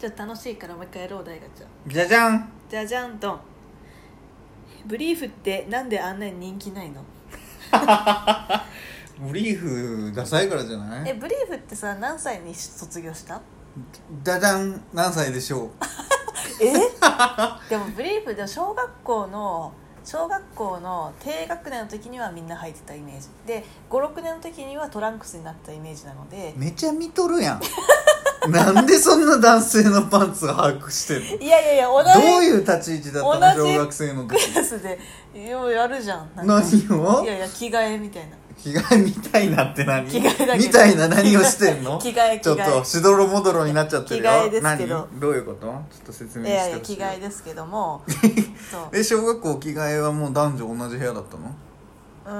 今日楽しいからもう一回やろう大ガチャじゃじゃんじゃじゃんとんブリーフってなんであんなに人気ないのブリーフダサいからじゃなえいブリーフってさ何歳に卒業したダダン何歳でしょうえ でもブリーフでも小学校の小学校の低学年の時にはみんな履いてたイメージで56年の時にはトランクスになったイメージなのでめちゃ見とるやん なんでそんな男性のパンツ把握してんのいやいやいや同じどういう立ち位置だったの同じ小学生のク 時ラスでようやるじゃんなんか何をいやいや着替えみたいな着替えみたいなって何着替えだけどみたいな何をしてん の着替え着替えちょっとしどろもどろになっちゃってるよ着替えですけど何どういうことちょっと説明いしてほやしいいや着替えですけど もそうえ小学校着替えはもう男女同じ部屋だったのうー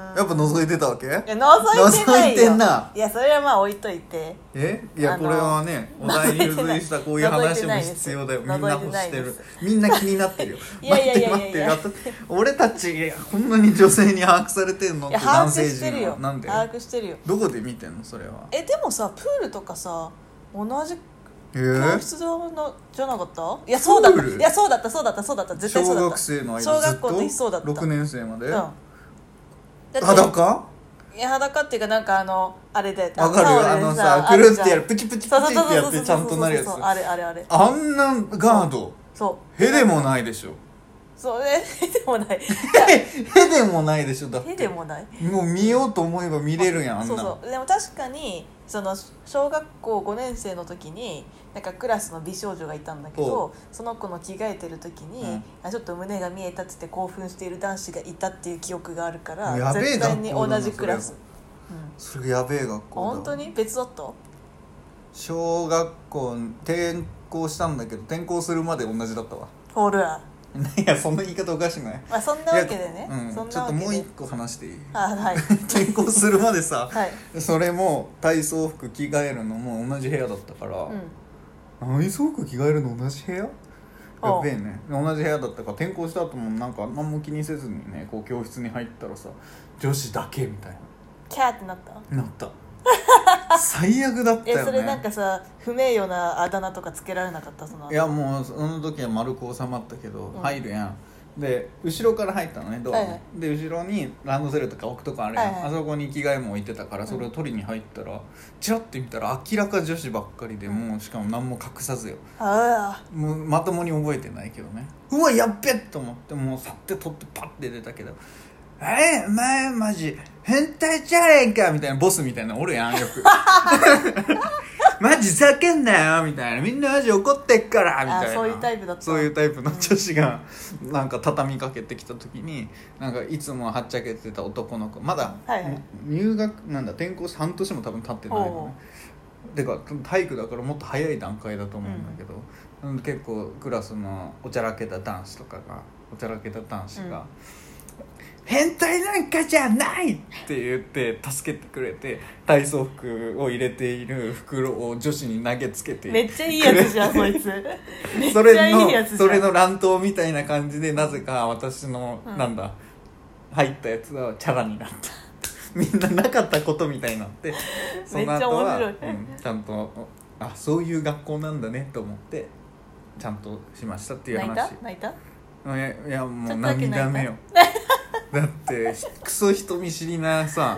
んやっぱ覗いてたわけいや覗いてないよ覗いてんないやそれはまあ置いといてえいやあのこれはねお題に付随したこういう覗い話てもない必要だよみん覗いてなない欲してるですみんな気になってるよ いやいやいやいや待って待って待って俺たちこんなに女性に把握されてんのっいてや把男握性してる陣よはなんで把握してるよどこで見てんのそれはえでもさプールとかさ同じえ教ー、室のじゃなかったいやそうだっプたールいやそうだったそうだったそうだった絶対そう小だった学生の小間ず学っ校との時そうだった6年生まで、うんだって裸いや裸っていうかなんかあのあれでわかるタあオルでのさくあるじっゃんてやるプチプチプチってやってちゃんとなるやつそうそうそうそうそうあれあれあれあんなガードそうへでもないでし ょそうえ へでも ないへ へでもないでしょだっへてでもないもう見ようと思えば見れるやんあんなそうそうでも確かにその小学校5年生の時になんかクラスの美少女がいたんだけおうどその子の着替えてる時に、うんあちょっと胸が見えたっつって興奮している男子がいたっていう記憶があるからやべえ絶対に同じクラス学、それやべえ学うん、校だわ本当に別だった小学校に転校したんだけど転校するまで同じだったわ ほら、いやそんな言い方おかしくないまあ、そんなわけでねいやうんそんちょなっわけとでもう一個話していいあ はい転校するまでさ はいそれも体操服着替えるのも同じ部屋だったから、う体操服着替えるの同じ部屋やおうべえね同じ部屋だったから転校した後もなんか何も気にせずにねこう教室に入ったらさ女子だけみたいんキャーってなったななった最悪だったえよねそれなんかさ不名誉なあだ名とかつけられなかったその後いやもうその時は丸く収まったけど、うん入るやんで後ろから入ったのねドア、ねはいはいで後ろにランドセルとか置くとこあるやん、はいはいあそこに着替えも置いてたからそれを取りに入ったら、チラッて見たら明らか女子ばっかりでもうしかも何も隠さずよああもうまともに覚えてないけどねうわやっべと思ってもうさって取ってパッて出たけど「えお前マジ変態じゃねえか」みたいなボスみたいなのおるやん よく「マジざけんなよ」みたいな「みんなマジ怒ってっから」みたいなあそういうタイプだったそういうタイプの女子がなんか畳みかけてきた時になんかいつもはっちゃけてた男の子まだはいはい入学なんだ転校して半年も多分経ってないのおうねてか体育だからもっと早い段階だと思うんだけど、うん結構クラスのおちゃらけた男子とかがおちゃらけた男子が「変態なんかじゃない!」って言って助けてくれて体操服を入れている袋を女子に投げつけてめっちゃいいやつじ ゃんそいつめっそちゃれいいやつじゃのんそれの乱闘みたいな感じでなぜか私の、うんなんだ入ったやつはチャラになった みんななかったことみたいになってその後 はめっちゃ面白いうんちゃんとおあそういう学校なんだねと思ってちゃんとしましたっていう泣い話た泣いたいやいやもちうょっとだけ泣いた涙 目よだってクソ人見知りな さ、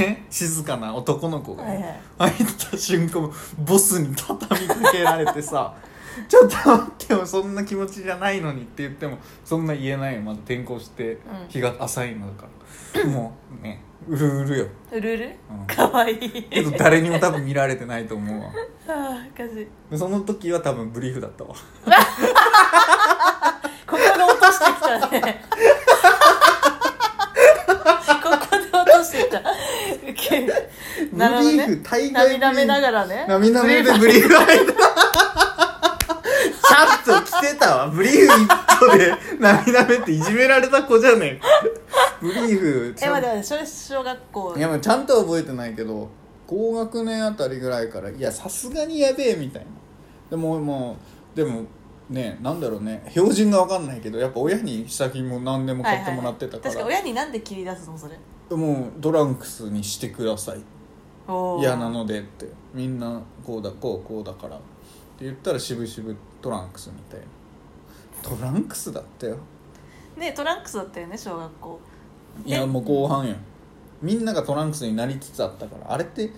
ね、静かな男の子が、はいはい入った瞬間ボスに畳みかけられてさ ちょっと待ってよそんな気持ちじゃないのにって言ってもそんな言えないよまだ転校してん日が浅いのだから、もうねうるうるよ、うるうるうんかわいいけど誰にも多分見られてないと思うわ ああおかしいでその時は多分ブリーフだったわここで落としてきた ねここで落としてきたウケるブリなるほどーねフ大概涙目ながららね涙目でブリーフ入ったちゃんと着てたわブリーフ一個で涙目っていじめられた子じゃねえブリーフち えゃん待っとて待ってそれ小学校いやもうちゃんとは覚えてないけど高学年あたりぐらいからいやさすがにやべえみたいなでももうでもねなんだろうね標準が分かんないけどやっぱ親に下着も何でもはい買はいってもらってたから、確か親になんで切り出すのそれもうドランクスにしてくださいおー嫌なのでってみんなこうだこうこうだからっ言ったら渋々トランクスみたいなトランクスだったよねトランクスだったよね小学校いやもう後半やんみんながトランクスになりつつあったからあれって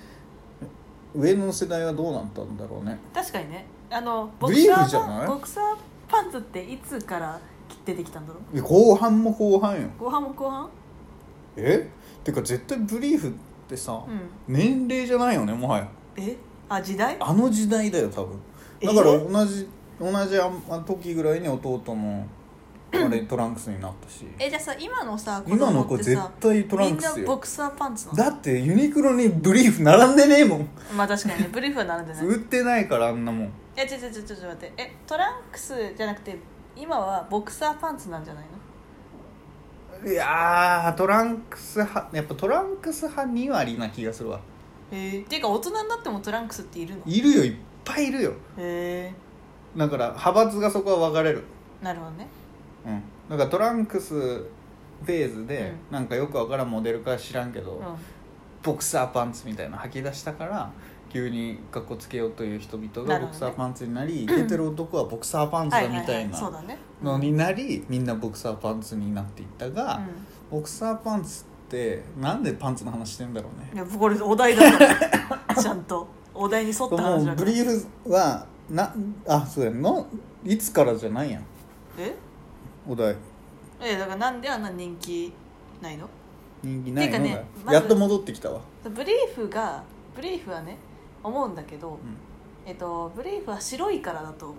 上の世代はどうなったんだろうね確かにねあのボブクリーフサーじゃなパいンボクサーパンツっていつから出てきたんだろいや後半も後半よう後半も後半えてか絶対ブリーフってさ、うん年齢じゃないよねもはやえあ時代あの時代だよ多分えだから同じ同じあん時ぐらいに弟もあれトランクスになったしえじゃあさ今のさ今の子って絶さ対トランクみスんなボよクサーパンツなのだってユニクロにブリーフ並んでねえもんまあ確 かにねブリーフはなるんでね売ってないからあんなもんえちょちょちょちょちょ待ってえトランクスじゃなくて今はボクサーパンツなんじゃないのいやートランクス派やっぱトランクス派2割な気がするわへえっていうか大人になってもトランクスっているのへいるよいっぱいいるよえだから派閥がそこは分かれるなるほどねうんだからトランクスフェーズで、なんかよく分からんモデルか知らんけど、うボクサーパンツみたいなの履き出したから急に格好つけようという人々がボクサーパンツにな り出てる男はボクサーパンんツだみたいそうなだねのになりみんなボクサーパンツになっていったうが、んボクサーパンツってなんでパンツの話してんだろうねいやこれお題だから ちゃんとお題に沿ったも話うだかブらリーフはなあそうやんのいつからじゃないやんえお題えだからなんであんな人気ないの人気ないてのかが、ねまずやっと戻ってきたわブリーフがブリーフはね思うんだけど、んえっと、ブリーフは白いからだと思う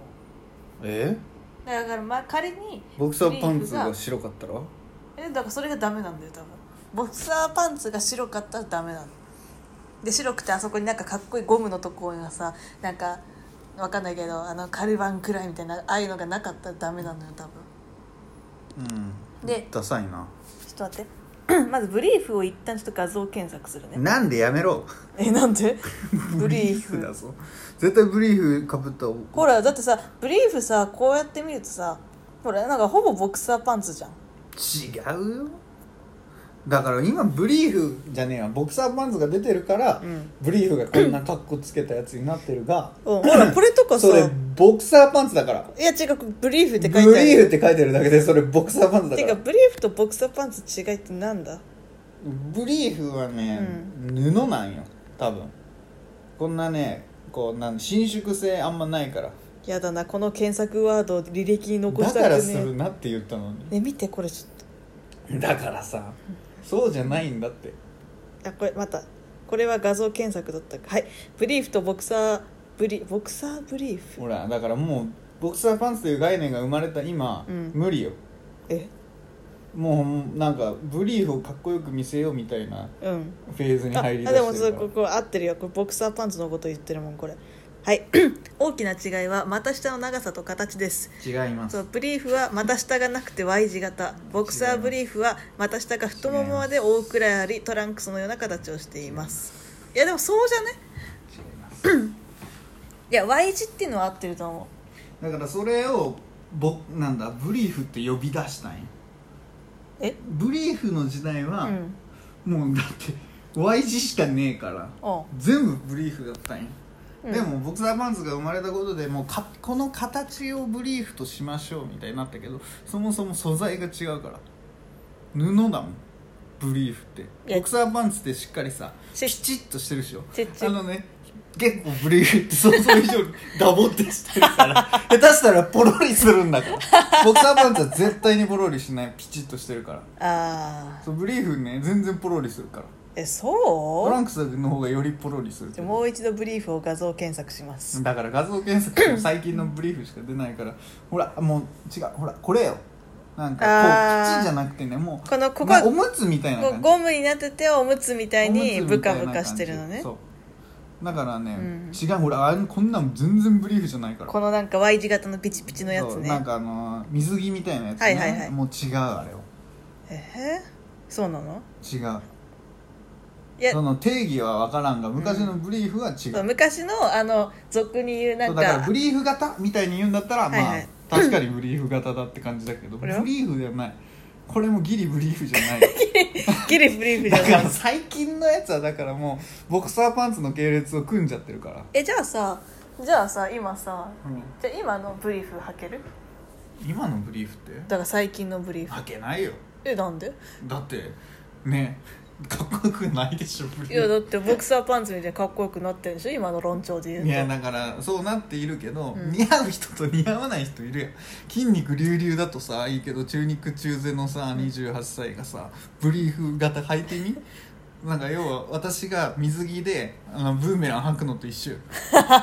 えだから、まあ、仮にボクサーパブンツリーフがが白かったらえだからそれがダメなんだよ多分ボクサーパンツが白かったらダメなので白くてあそこになんかかっこいいゴムのところがさなんかわかんないけどあのカルバンくらいみたいなああいうのがなかったらダメなのよ多分うんでダサいなちょっと待って まずブリーフを一旦ちょっと画像検索するねなんでやめろえなん でブリーフだぞ絶対ブリーフかぶったほらだってさブリーフさこうやって見るとさほらなんかほぼボクサーパンツじゃん違うよだから今ブリーフじゃねえわボクサーパンツが出てるから、うんブリーフがこんな格好つけたやつになってるが、うんほらこれとかさそれボクサーパンツだからいや違うブリーフってブリ書いてあーるフって書いてるだけでそれボクサーパンツだてかからブリーフとボクサーパンツ違いってなんだブリーフはね、布なんよ多分こんなねこうなん伸縮性あんまないからやだなこの検索ワード履歴に残だしたからくすねるなって言ったのにね見てこれちょっだからさそうじゃないんだってとあこれまたこれは画像検索だったかはいブリーフとボクサーブリボクサーブリーフほらだからもうボクサーパンツという概念が生まれた今、うん無理よえもうなんかブリーフをかっこよく見せようみたいなうんフェーズにあ入りだあしてでるもそうかここ合ってるよこれボクサーパンツのこと言ってるもんこれはい 大きな違いは股下の長さと形ですら違いまそすうブリーフは股下がなくて Y 字型ボクサーブリーフは股下が太ももまで覆うくらいありトランクスのような形をしていますいやでもそうじゃね違いますいや Y 字っていうのは合ってると思だからそれをぼなんだブリーフって呼び出したんやうえブリーフの時代うは、んもうだって Y 字しかねえからお全部ブリーフだったんや、うんでもボクサーパンツが生まれたことでもうかこの形をブリーフとしましょうみたいになったけどそもそも素材が違うから布だもんブリーフっていやボクサーパンツってしっかりさしきちっとしてるでしょちっちゃあのね結構ブリーフって想像以上に ダボってしてるから下手したらポロリするん だからボクサーパンツは絶対にポロリしないピチッとしてるからあーそうブリーフね全然ポロリするからえトラそンクスの方がよりポロリするうもう一度ブリーフを画像検索しますだから画像検索しても最近のブリーフしか出ないからほらもう違うほらこれよなんかあーこう口じゃなくてねもうこのここなおむつみたいなこう感じゴムになってておむつみたいにおむつブみたカいブな感じカしてるのねそうだからね、うん違うほらあんこんなん全然ブリーフじゃないからこのなんか Y 字型のピチピチのやつそうねなんかあのー水着みたいなやつね、はいはいはいもう違うあれをえーそうなの違ういやその定義は分からんが昔のブリーフは違う、そう昔のあの俗に言うなそんうかだからブリーフ型みたいに言うんだったら、はいはいまあ確かにブリーフ型だって感じだけどこブれリはーフではないこれもギリブリーフじゃない ギリブリーフじゃだかないら最近のやつはだからもうボクサーパンツの系列を組んじゃってるから えじゃあさじゃあさ今さうんじゃあ今のブリーフ履ける今のブリーフってだから最近のブリーフ負けないよえなんでだってねかっこよくないでしょブいリやーだってボクサーパンツみたいにかっこよくなってるでしょ今の論調で言うフといやだからそうなっているけど、うん似合う人と似合わない人いるやん筋肉隆々だとさいいけど中肉中背のさ28歳がさブリーフ型履いてみなんか要は私が水着であのブーメラン履くのと一 緒よ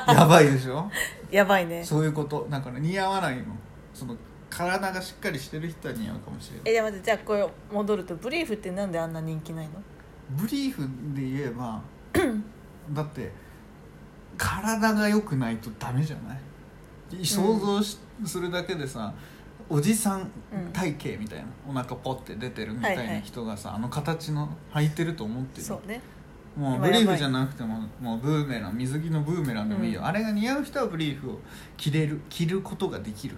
やばいでしょやばいねそういうことだから似合わないのその体がしっかりしてる人は似合うかもしれないえじゃあ待ってじゃあこれ戻るとブリーフってなんであんな人気ないのブリーフで言え ばだって体が良くないとダメじゃない想像し、するだけでさおじさんうん体型みたいな、お腹ポッて出てるみたいはいはない人がさ、あの形の履いてると思ってるそうねもう今ブリやーばいフじゃなくてももうブーメラン水着のブーメランでもいいよ、うんあれが似合う人はブリーフを着れる着ることができる、っ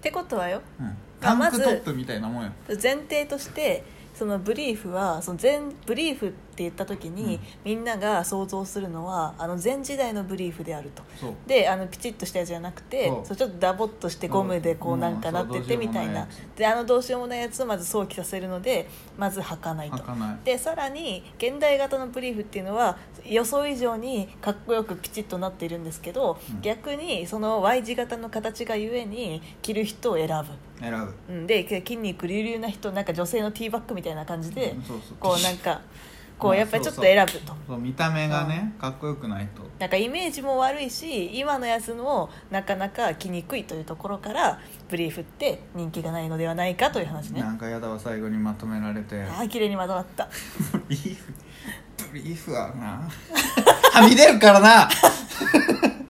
てことはようん、タンまクずトップみたいなもんよ、前提としてそのブリーフはその前ブリーフって言った時に、うんみんなが想像するのはあの前時代のブリーフであるとそうであのピチッとしたやつじゃなくてそうそうちょっとダボっとしてゴムでこううんなんかなっててうんそうみたいなどうしようでもないやあのどうしようもないやつをまず想起させるのでまず履かないと履かないでさらに現代型のブリーフっていうのは予想以上にかっこよくピチッとなっているんですけど、うん逆にその Y 字型の形がゆえに着る人を選ぶ選ぶうん、でけ筋肉隆々な人なんか女性のティーバッグみたいな感じで、うんそうそうこうなんかこまうあやっぱりちょっとそうそう選ぶと、そう見た目がねかっこよくないとなんかイメージも悪いし今のやつもなかなか着にくいというところからブリーフって人気がないのではないかという話ねなんかやだわ最後にまとめられて ああ綺麗にまとまったブ リーフブリーフはなはみ出るからな